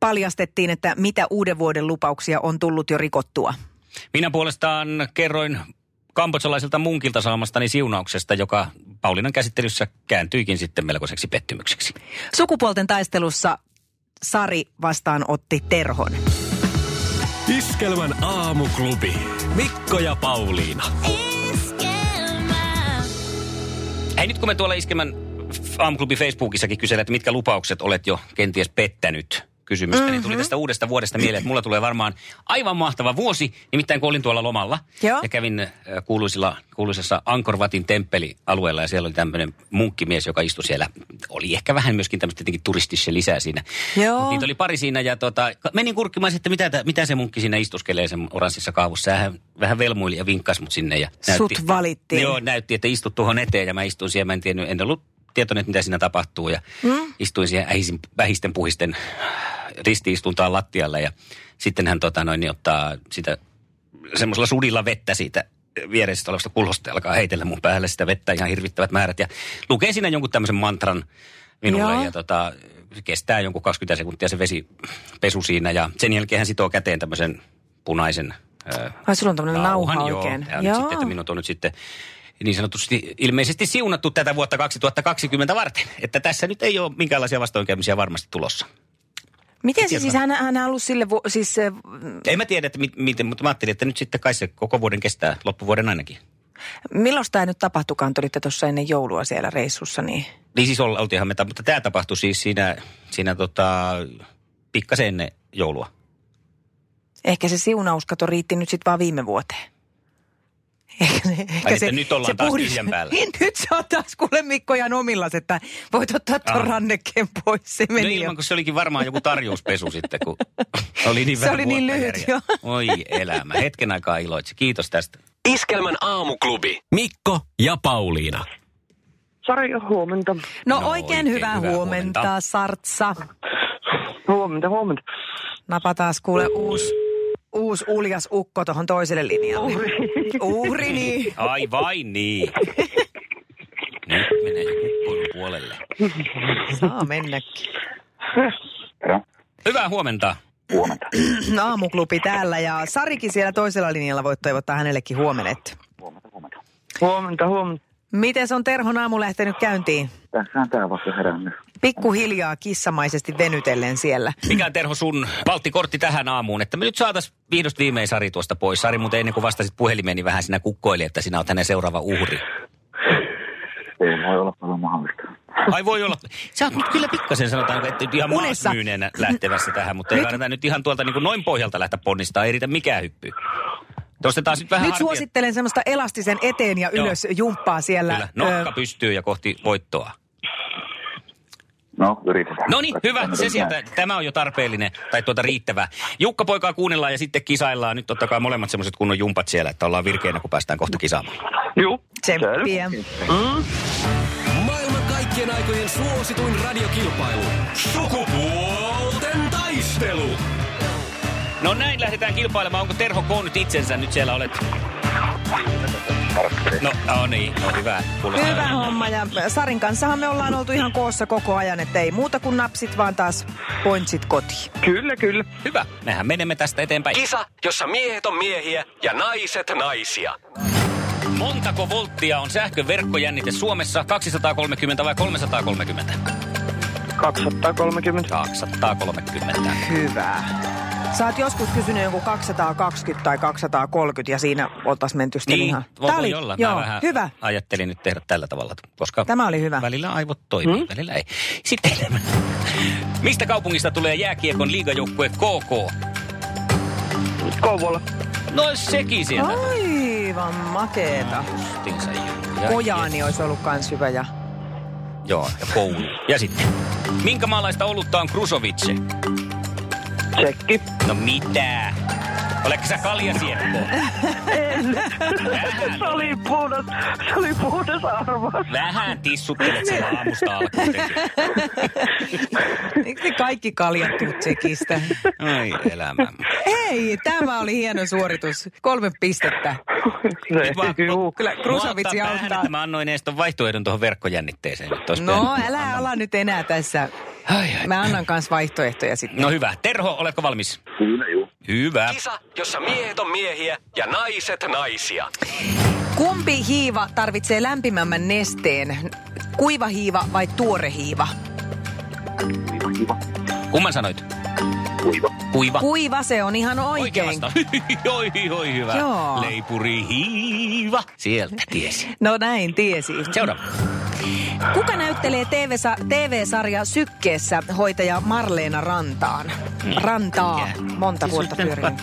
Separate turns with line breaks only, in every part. paljastettiin, että mitä uuden vuoden lupauksia on tullut jo rikottua.
Minä puolestaan kerroin kambotsalaiselta munkilta saamastani siunauksesta, joka Paulinan käsittelyssä kääntyikin sitten melkoiseksi pettymykseksi.
Sukupuolten taistelussa Sari vastaan otti Terhon.
Iskelmän aamuklubi. Mikko ja Pauliina.
Hei nyt kun me tuolla Iskemän f- aamuklubi Facebookissakin kysellä, että mitkä lupaukset olet jo kenties pettänyt kysymystä, mm-hmm. niin
Mhm.
tuli tästä uudesta vuodesta mieleen, että mulla tulee varmaan aivan mahtava vuosi, nimittäin kun olin tuolla lomalla
Joo.
ja kävin äh, kuuluisilla, kuuluisessa Ankorvatin temppelialueella ja siellä oli tämmöinen munkkimies, joka istui siellä. Oli ehkä vähän myöskin tämmöistä tietenkin turistissa lisää siinä.
Joo.
Mut niitä oli pari siinä ja tota, ka- menin kurkkimaan, että mitä, tää- mitä se munkki siinä istuskelee sen oranssissa kaavussa. Hän vähän velmuili ja vinkkasi mut sinne. Ja
Sut valittiin.
Joo, näytti, että istut tuohon eteen ja mä istuin siellä. Mä en, tiennyt, en ollut tietoinen, että mitä siinä tapahtuu. Ja mm. istuin siihen ähisin, vähisten puhisten ristiistuntaan lattialle. Ja sitten hän tota, noin, niin ottaa sitä semmoisella sudilla vettä siitä viereisestä olevasta kulhosta ja alkaa heitellä mun päälle sitä vettä ihan hirvittävät määrät. Ja lukee siinä jonkun tämmöisen mantran minulle
Joo.
ja tota, se kestää jonkun 20 sekuntia se vesipesu siinä. Ja sen jälkeen hän sitoo käteen tämmöisen punaisen ö,
Ai sulla on tämmöinen nauha
nauhan,
oikein.
Joo, joo. Sitten, että minut on nyt sitten niin sanotusti ilmeisesti siunattu tätä vuotta 2020 varten. Että tässä nyt ei ole minkäänlaisia vastoinkäymisiä varmasti tulossa.
Miten se siis hän, hän halusi sille, vu- siis se,
Ei mä tiedä, että mi- miten, mutta mä ajattelin, että nyt sitten kai se koko vuoden kestää, loppuvuoden ainakin.
milloin tämä nyt tapahtukaan, te olitte tuossa ennen joulua siellä reissussa, niin
Niin siis olla- oltiinhan me, ta- mutta tämä tapahtui siis siinä, siinä tota, pikkasen ennen joulua.
ehkä se siunauskato riitti nyt sitten vaan viime vuoteen. Ehkä, se- ehkä
että nyt ollaan taas tyhjän päällä.
nyt se on taas kuule Mikko ihan omillas, että voit ottaa tuon
Ah.
rannekkeen pois. Se meni
no
jo.
ilman, kun se olikin varmaan joku tarjouspesu sitten, kun oli niin
Se
vähän
oli niin
vuotta
lyhyt,
jäljellä. Oi elämä, hetken aikaa iloitsi. Kiitos tästä.
Iskelmän aamuklubi. Mikko ja Pauliina.
Sari, huomenta.
No,
No
no oikein,
oikein
oikein hyvää,
hyvää
hyvää huomenta,
huomenta.
huomenta, Sartsa.
Huomenta, huomenta.
Napataan kuule uusi, uusi uljas ukko tuohon toiselle linjalle. Uhri. Uhri, niin.
Ai vain niin. Nyt menee jo kukkoilun puolelle.
Saa mennäkin.
Hyvää huomenta.
Aamuklubi täällä ja Sarikin siellä toisella linjalla voit toivottaa hänellekin huomenet.
Huomenta, huomenta.
Miten on Terhon aamu lähtenyt käyntiin?
Tässä on tämä vasta herännyt.
Pikkuhiljaa kissamaisesti venytellen siellä.
Mikä on Terho sun valttikortti tähän aamuun, että me nyt saatais vihdosta viimein Sari tuosta pois. Sari muuten ennen kuin vastasit puhelimeen, niin vähän sinä kukkoili, että sinä oot hänen seuraava uhri.
Ei voi olla paljon mahdollista.
Ai voi olla. Sä oot nyt kyllä pikkasen sanotaan, että nyt ihan
Unessa.
maasmyyneenä lähtevässä tähän, mutta ei
Nyt-
kannata nyt ihan tuolta niin kuin noin pohjalta lähteä ponnistaa, ei riitä mikään hyppy. Tuosta taas nyt vähän
Nyt
hartia-
suosittelen semmoista elastisen eteen ja
Joo.
ylös jumppaa siellä.
Kyllä, nokka
Ö,
pystyy ja kohti voittoa.
No, yritetään.
No niin, hyvä. Se sieltä. Tämä on jo tarpeellinen tai tuota riittävä. Jukka poikaa kuunnellaan ja sitten kisaillaan. Nyt ottakaa molemmat semmoiset kunnon jumpat siellä, että ollaan virkeinä, kun päästään kohta kisaamaan.
Juu.
Tsemppiä.
Maailman kaikkien aikojen suosituin radiokilpailu. Sukupuolten taistelu.
No näin lähdetään kilpailemaan. Onko Terho K nyt itsensä? Nyt siellä olet. No, no niin, no hyvä. Kuulostaa
Hyvä homma ja Sarin kanssahan me ollaan oltu ihan koossa koko ajan, että ei muuta kuin napsit, vaan taas pointsit kotiin.
Kyllä, kyllä.
Hyvä. Mehän menemme tästä eteenpäin.
Kisa, jossa miehet on miehiä ja naiset naisia.
Montako volttia on sähkön verkkojännite Suomessa? 230 vai 330?
230.
230.
Hyvä. Sä oot joskus kysynyt joku 220 tai 230 ja siinä oltais menty sitten
Niin,
ihan.
voi,
Tää
voi olla.
joo,
Mä vähän
hyvä.
ajattelin nyt tehdä tällä tavalla, koska
Tämä oli hyvä.
välillä aivot toimii, hmm? välillä ei. Sitten enemmän. Mistä kaupungista tulee jääkiekon liigajoukkue KK?
Kouvola.
No sekin sieltä.
Aivan makeeta.
Justiinsa juu. Ja-
Kojaani olisi ollut kans hyvä ja...
Joo, ja koulu. Ja sitten. Minkä maalaista olutta on Krusovice?
Tsekki.
No mitä? Oletko sä kaljasieppo? Vähän,
Se oli puhdas, se oli puhdas arvaus.
vähän tissuttelet sen aamusta alkuun.
Miksi ne kaikki kaljattuu tsekistä?
Ai elämä.
Hei, tämä oli hieno suoritus. Kolme pistettä.
Se, juu.
Kyllä Krusavitsi
Mua ottaa päähän,
auttaa.
että Mä annoin Eeston vaihtoehdon tuohon verkkojännitteeseen. nyt tossa
No,
pian.
älä ala nyt enää tässä.
Ai, ai.
Mä annan kans vaihtoehtoja sitten.
No hyvä. Terho, oletko valmis?
Kyllä, juu.
Hyvä.
Kisa, jossa miehet on miehiä ja naiset naisia.
Kumpi hiiva tarvitsee lämpimämmän nesteen? Kuiva hiiva vai tuore hiiva?
Kiva, kiva.
Kumman sanoit?
Kuiva.
Kuiva.
Kuiva se on ihan
Oikein
oikein.
vastaus. Oi, oi, hyvä.
Joo.
Leipuri hiiva. Sieltä tiesi.
No näin, tiesi.
Seuraava.
Kuka näyttelee TV-sa- TV-sarja Sykkeessä hoitaja Marleena Rantaan? Rantaa.
Siis
Monta vuotta pyörinyt.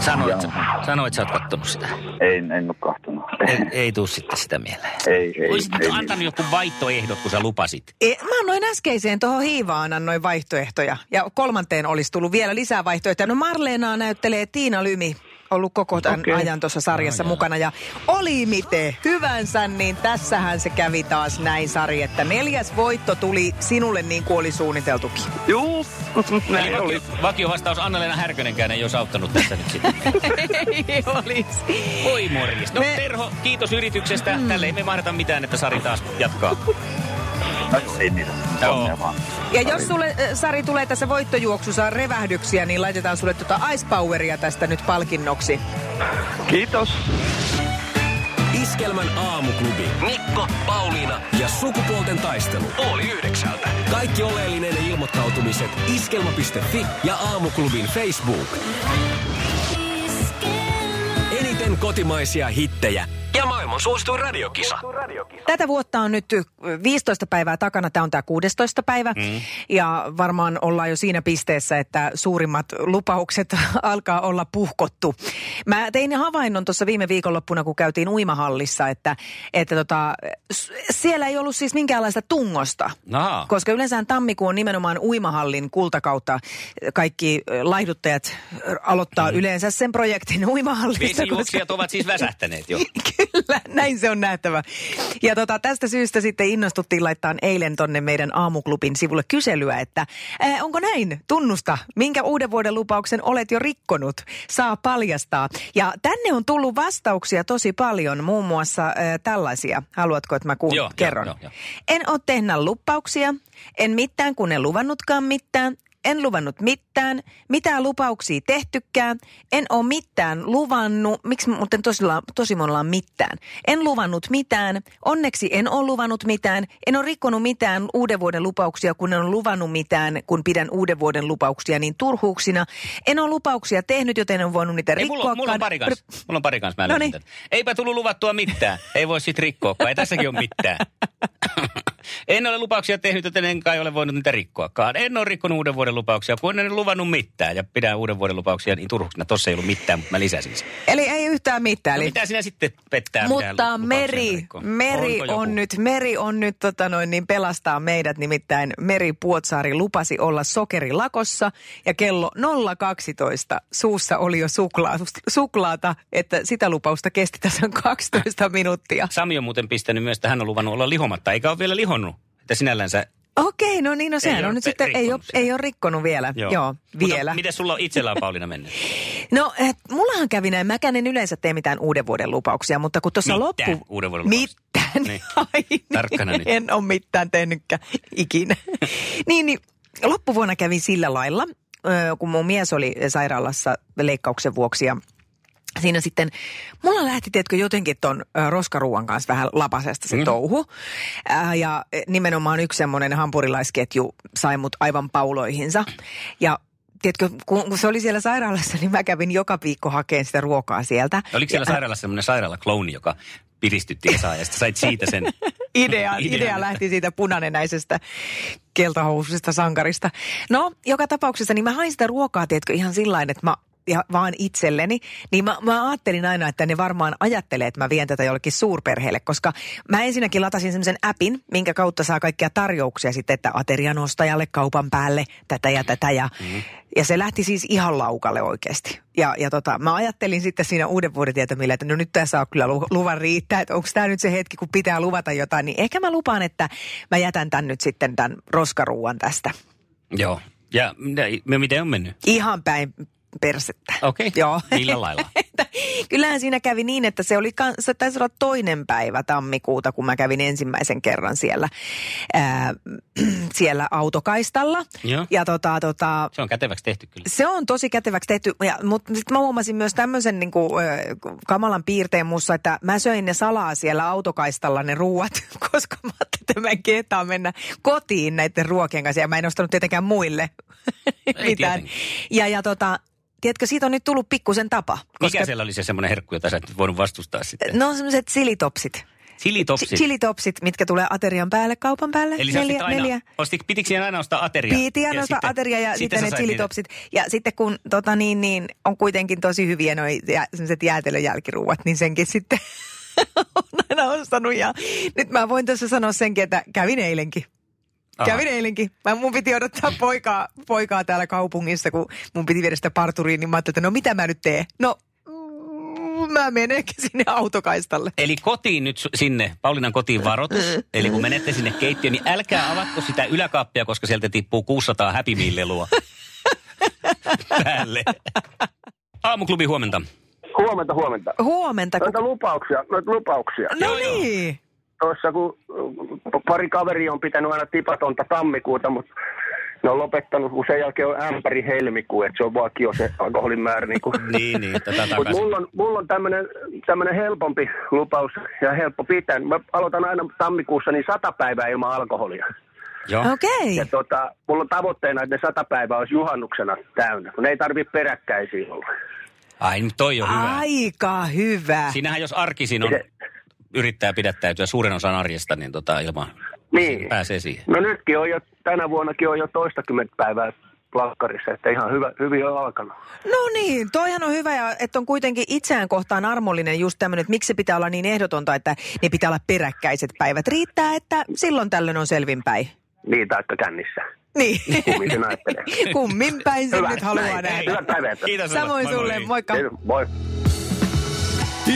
Sanoit, sä- sanoit, sä oot kattonut sitä.
En, en oo kahtonut.
Ei, ei tuu sitten sitä mieleen.
Ei, ei,
Olisit nyt
ei.
antanut joku vaihtoehdot, kun sä lupasit.
E, mä annoin äskeiseen tuohon hiivaan annoin vaihtoehtoja. Ja kolmanteen olisi tullut vielä lisää vaihtoehtoja. No Marleenaa näyttelee Tiina Lymi ollut koko tämän okay.
Okei.
ajan tuossa sarjassa mukana. Ja oli miten hyvänsä, niin tässähän se kävi taas näin, Sari, että neljäs voitto tuli sinulle niin kuin oli suunniteltukin.
Juu,
Eli
näin oli.
vakio, vakiovastaus Anna-Leena Härkönenkään ei olisi auttanut tässä nyt sitten.
Ei olisi.
Oi morjes. No
Me-
Terho, kiitos yrityksestä. Tälle ei me mahdeta mitään, että Sari taas jatkaa.
No joo, ei niitä.
Joo.
Onnea vaan.
Ja jos sulle, äh, Sari, tulee tässä voittojuoksussa revähdyksiä, niin laitetaan sulle tuota Ice Poweria tästä nyt palkinnoksi.
Kiitos.
Iskelmän aamuklubi. Mikko, Pauliina ja sukupuolten taistelu. Oli yhdeksältä. Kaikki oleellinen ilmoittautumiset iskelma.fi ja aamuklubin Facebook. Eniten kotimaisia hittejä ja maailman suosituin radiokisa.
Tätä vuotta on nyt ö, 15 päivää takana, tämä on tämä 16 päivä. Mm. Ja varmaan ollaan jo siinä pisteessä, että suurimmat lupaukset alkaa olla puhkottu. Mä tein havainnon tuossa viime viikonloppuna, kun käytiin uimahallissa, että, että tota, s- siellä ei ollut siis minkäänlaista tungosta.
Ahaa.
Koska yleensä tammikuu on nimenomaan uimahallin kultakautta. Kaikki ö, laihduttajat ö, aloittaa mm. yleensä sen projektin uimahallissa. koska-
Vesijuoksijat ovat siis väsähtäneet jo.
Kyllä, näin se on nähtävä. Ja tota, tästä syystä sitten innostuttiin laittaa eilen tonne meidän aamuklubin sivulle kyselyä, että ää, onko näin? Tunnusta, minkä uuden vuoden lupauksen olet jo rikkonut, saa paljastaa. Ja tänne on tullut vastauksia tosi paljon, muun muassa ää, tällaisia. Haluatko, että mä kuul-
Joo, joo,
kerron?
joo, joo.
En ole tehnyt lupauksia, en mitään kun en luvannutkaan mitään, en luvannut mitään, mitään lupauksia tehtykään, en ole mitään luvannut, miksi muuten tosi, la- tosi monella on mitään. En luvannut mitään, onneksi en ole luvannut mitään, en ole rikkonut mitään uuden vuoden lupauksia, kun en ole luvannut mitään, kun pidän uuden vuoden lupauksia niin turhuuksina. En ole lupauksia tehnyt, joten en ole voinut niitä
Ei,
rikkoa.
mulla, on- mulla on pari kanssa. Mulla on pari kanssa. Mä
No
löysin
niin.
tän. Eipä tullut luvattua mitään. Ei voi sit rikkoa, ei tässäkin ole mitään. en ole lupauksia tehnyt, joten en kai ole voinut niitä rikkoakaan. En ole rikkonut uuden vuoden lupauksia, kun en ole luvannut mitään. Ja pidän uuden vuoden lupauksia niin turhuksena. Tossa ei ollut mitään, mutta mä lisäsin sen.
Eli ei yhtään mitään.
No,
Eli
mitä sinä sitten pettää? mitä
Mutta
lupauksia
Meri,
rikkoo?
Meri
Onko joku?
on nyt, Meri on nyt tota noin, niin pelastaa meidät, nimittäin Meri Puotsaari lupasi olla sokerilakossa ja kello 012 suussa oli jo suklaa, suklaata, että sitä lupausta kesti tässä on 12 minuuttia.
Sami on muuten pistänyt myös, että hän on luvannut olla lihomatta, eikä ole vielä lihonnut. Että sinällänsä
Okei, no niin, no sehän
Ei
on
ole
nyt
pe-
sitten, ei ole,
rikkonut sitä.
ei ole rikkonut vielä, joo, joo vielä.
Mutta miten sulla on itsellään Pauliina mennyt?
No, et, mullahan kävi näin. Mäkään en yleensä tee mitään uuden vuoden lupauksia, mutta kun tuossa
Mitään
loppu...
uuden vuoden lupauksia.
Mitään.
Niin.
Ai, niin.
Tarkkana nyt.
En ole mitään tehnytkään ikinä. niin, niin, loppuvuonna kävi sillä lailla, ö, kun mun mies oli sairaalassa leikkauksen vuoksi ja Siinä sitten, mulla lähti, tiedätkö, jotenkin ton ö, roskaruuan kanssa vähän lapasesta se
Mm.
mm. touhu. Ää, ja ö, nimenomaan yksi semmoinen hampurilaisketju sai mut aivan pauloihinsa. Ja tiedätkö, kun, kun se oli siellä sairaalassa, niin mä kävin joka viikko hakeen sitä ruokaa sieltä.
Oliko siellä sairaalassa semmoinen sairaalaklouni, joka piristytti Esaa ja sitten sait siitä sen?
idea,
Idea.
idea lähti siitä punanenäisestä keltahousuisesta sankarista. No, joka tapauksessa niin mä hain sitä ruokaa, tiedätkö, ihan sillä lailla, että mä ja vaan itselleni, niin mä, mä ajattelin aina, että ne varmaan ajattelee, että mä vien tätä jollekin suurperheelle, koska mä ensinnäkin latasin semmoisen appin, minkä kautta saa kaikkia tarjouksia sitten, että aterian ostajalle kaupan päälle tätä ja tätä ja, mm. ja se lähti siis ihan laukalle oikeasti. Ja, ja tota, mä ajattelin sitten siinä uuden vuoden tietämillä, että no nyt tässä saa kyllä lu- luvan riittää, että onko tämä nyt se hetki, kun pitää luvata jotain, niin ehkä mä lupaan, että mä jätän tämän nyt sitten tämän roskaruuan tästä.
Joo. Ja m- m- miten on mennyt?
Ihan päin persettä.
Okei.
Joo.
Millä lailla?
Että Kyllähän siinä kävi niin, että se oli, kans- se taisi olla toinen päivä tammikuuta, kun mä kävin ensimmäisen kerran siellä, ää, siellä autokaistalla.
Joo.
Ja tota, tota,
Se on käteväksi tehty kyllä.
se on tosi käteväksi tehty, ja, mutta sitten mä huomasin myös tämmöisen niin kuin, kamalan piirteen mussa, että mä söin ne salaa siellä autokaistalla ne ruuat, koska mä ajattelin, että mä en kehtaa mennä kotiin näiden ruokien kanssa, ja mä en ostanut tietenkään muille mitään.
tietenkään.
Ja, ja tota, tiedätkö, siitä on nyt tullut pikkusen tapa.
Koska... Mikä siellä oli se semmoinen herkku, jota sä et voinut vastustaa sitten?
No on semmoiset silitopsit.
Silitopsi.
Ch- Chilitopsit, mitkä tulee aterian päälle, kaupan päälle.
Eli sä
neljä,
ostit aina,
neljä.
ostit, pitikö siihen aina ostaa ateria?
Piti ja noista ateria ja sitten,
sä
sitten ne
sait
chilitopsit. Ja sitten kun tota niin, niin on kuitenkin tosi hyviä noi jä, semmoiset jäätelön jälkiruuat, niin senkin sitten on aina ostanut. Ja nyt mä voin tässä sanoa senkin, että kävin eilenkin.
Aha.
Kävin eilenkin. Mä, mun piti odottaa poikaa, poikaa täällä kaupungissa, kun mun piti viedä sitä parturiin, niin mä ajattelin, että no mitä mä nyt teen? No, mm, mä menenkin sinne autokaistalle.
Eli kotiin nyt su- sinne, Paulinan kotiin varoitus. Eli kun menette sinne keittiöön, niin älkää avatko sitä yläkaappia, koska sieltä tippuu 600 Happy Meal-lelua päälle. Aamuklubi huomenta.
Huomenta, huomenta.
Huomenta, kun
Noita lupauksia, noita lupauksia.
No
Joo, joo.
niin.
Tuossa kun äh, pari kaveria on pitänyt aina tipatonta tammikuuta, mutta ne on lopettanut, kun sen jälkeen on ämpäri helmikuu, että se on vakio se alkoholin määrä. Niin kuin.
Niin, niin, tätä
Mutta
takaisin.
mulla on, mulla on tämmönen, tämmönen helpompi lupaus ja helppo pitää. Mä aloitan aina tammikuussa niin sata päivää ilman alkoholia.
Joo.
Okei.
Ja tota, mulla on tavoitteena, että ne sata päivää olisi juhannuksena täynnä, kun ne ei tarvitse peräkkäisiä olla.
Ai, nyt toi on hyvä.
Aika hyvä.
Siinähän jos arkisin on, yrittää pidättäytyä suuren osan arjesta, niin tota ilman
Niin.
pääsee siihen.
No nytkin on jo, tänä vuonnakin on jo toistakymmentä päivää plakkarissa, että ihan hyvä, hyvin on alkanut.
No niin, toihan on hyvä, ja että on kuitenkin itseään kohtaan armollinen just tämmöinen, että miksi se pitää olla niin ehdotonta, että ne pitää olla peräkkäiset päivät. Riittää, että silloin tällöin on selvinpäin.
Niin, taikka kännissä.
Niin.
Kummin se näyttelee.
Kummin päin sen
Hyvä.
nyt haluaa
Näin.
nähdä.
Hyvää päivää.
Kiitos sulle.
Samoin
Moi moi.
sulle, moikka.
Ei, Voi.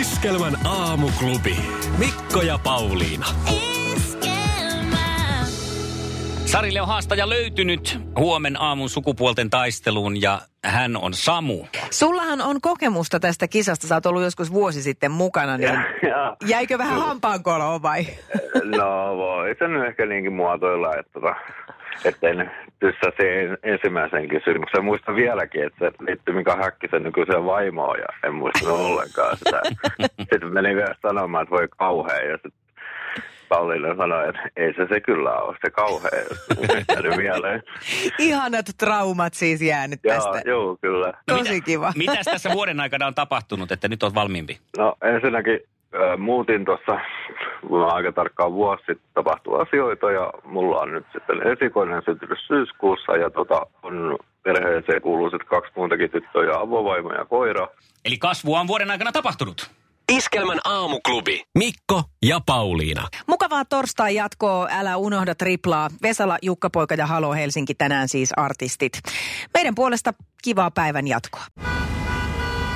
Iskelmän aamuklubi. Mikko ja Pauliina.
Sarille on haastaja löytynyt huomen aamun sukupuolten taisteluun ja hän on Samu.
Sullahan on kokemusta tästä kisasta, sä oot ollut joskus vuosi sitten mukana, niin
Joo.
jäikö vähän hampaankoloon vai?
No voi se nyt ehkä niinkin muotoilla, että tota, että en pyssä siihen ensimmäiseen kysymykseen. Muistan vieläkin, että se liittyy Mika Häkkisen nykyiseen vaimoon ja en muistanut ollenkaan sitä. Sitten menin vielä sanomaan, että voi kauhea ja sitten Pauliina sanoi, että ei se se kyllä ole, se kauhea. Sitten mieleen.
Ihanat traumat siis jäänyt
Joo,
tästä.
joo, kyllä.
Tosi kiva.
Mitäs tässä vuoden aikana on tapahtunut, että nyt olet valmiimpi?
No ensinnäkin äh, muutin tuossa mulla on aika tarkkaan vuosi sitten tapahtui asioita ja mulla on nyt sitten esikoinen syntynyt syyskuussa ja tota, on perheeseen kuuluu sitten kaksi muutakin tyttöä ja avovaimo ja koira.
Eli kasvua on vuoden aikana tapahtunut.
Iskelmän aamuklubi. Mikko ja Pauliina.
Mukavaa torstai jatkoa, älä unohda triplaa. Vesala, Jukka Poika ja Halo Helsinki tänään siis artistit. Meidän puolesta kivaa päivän jatkoa.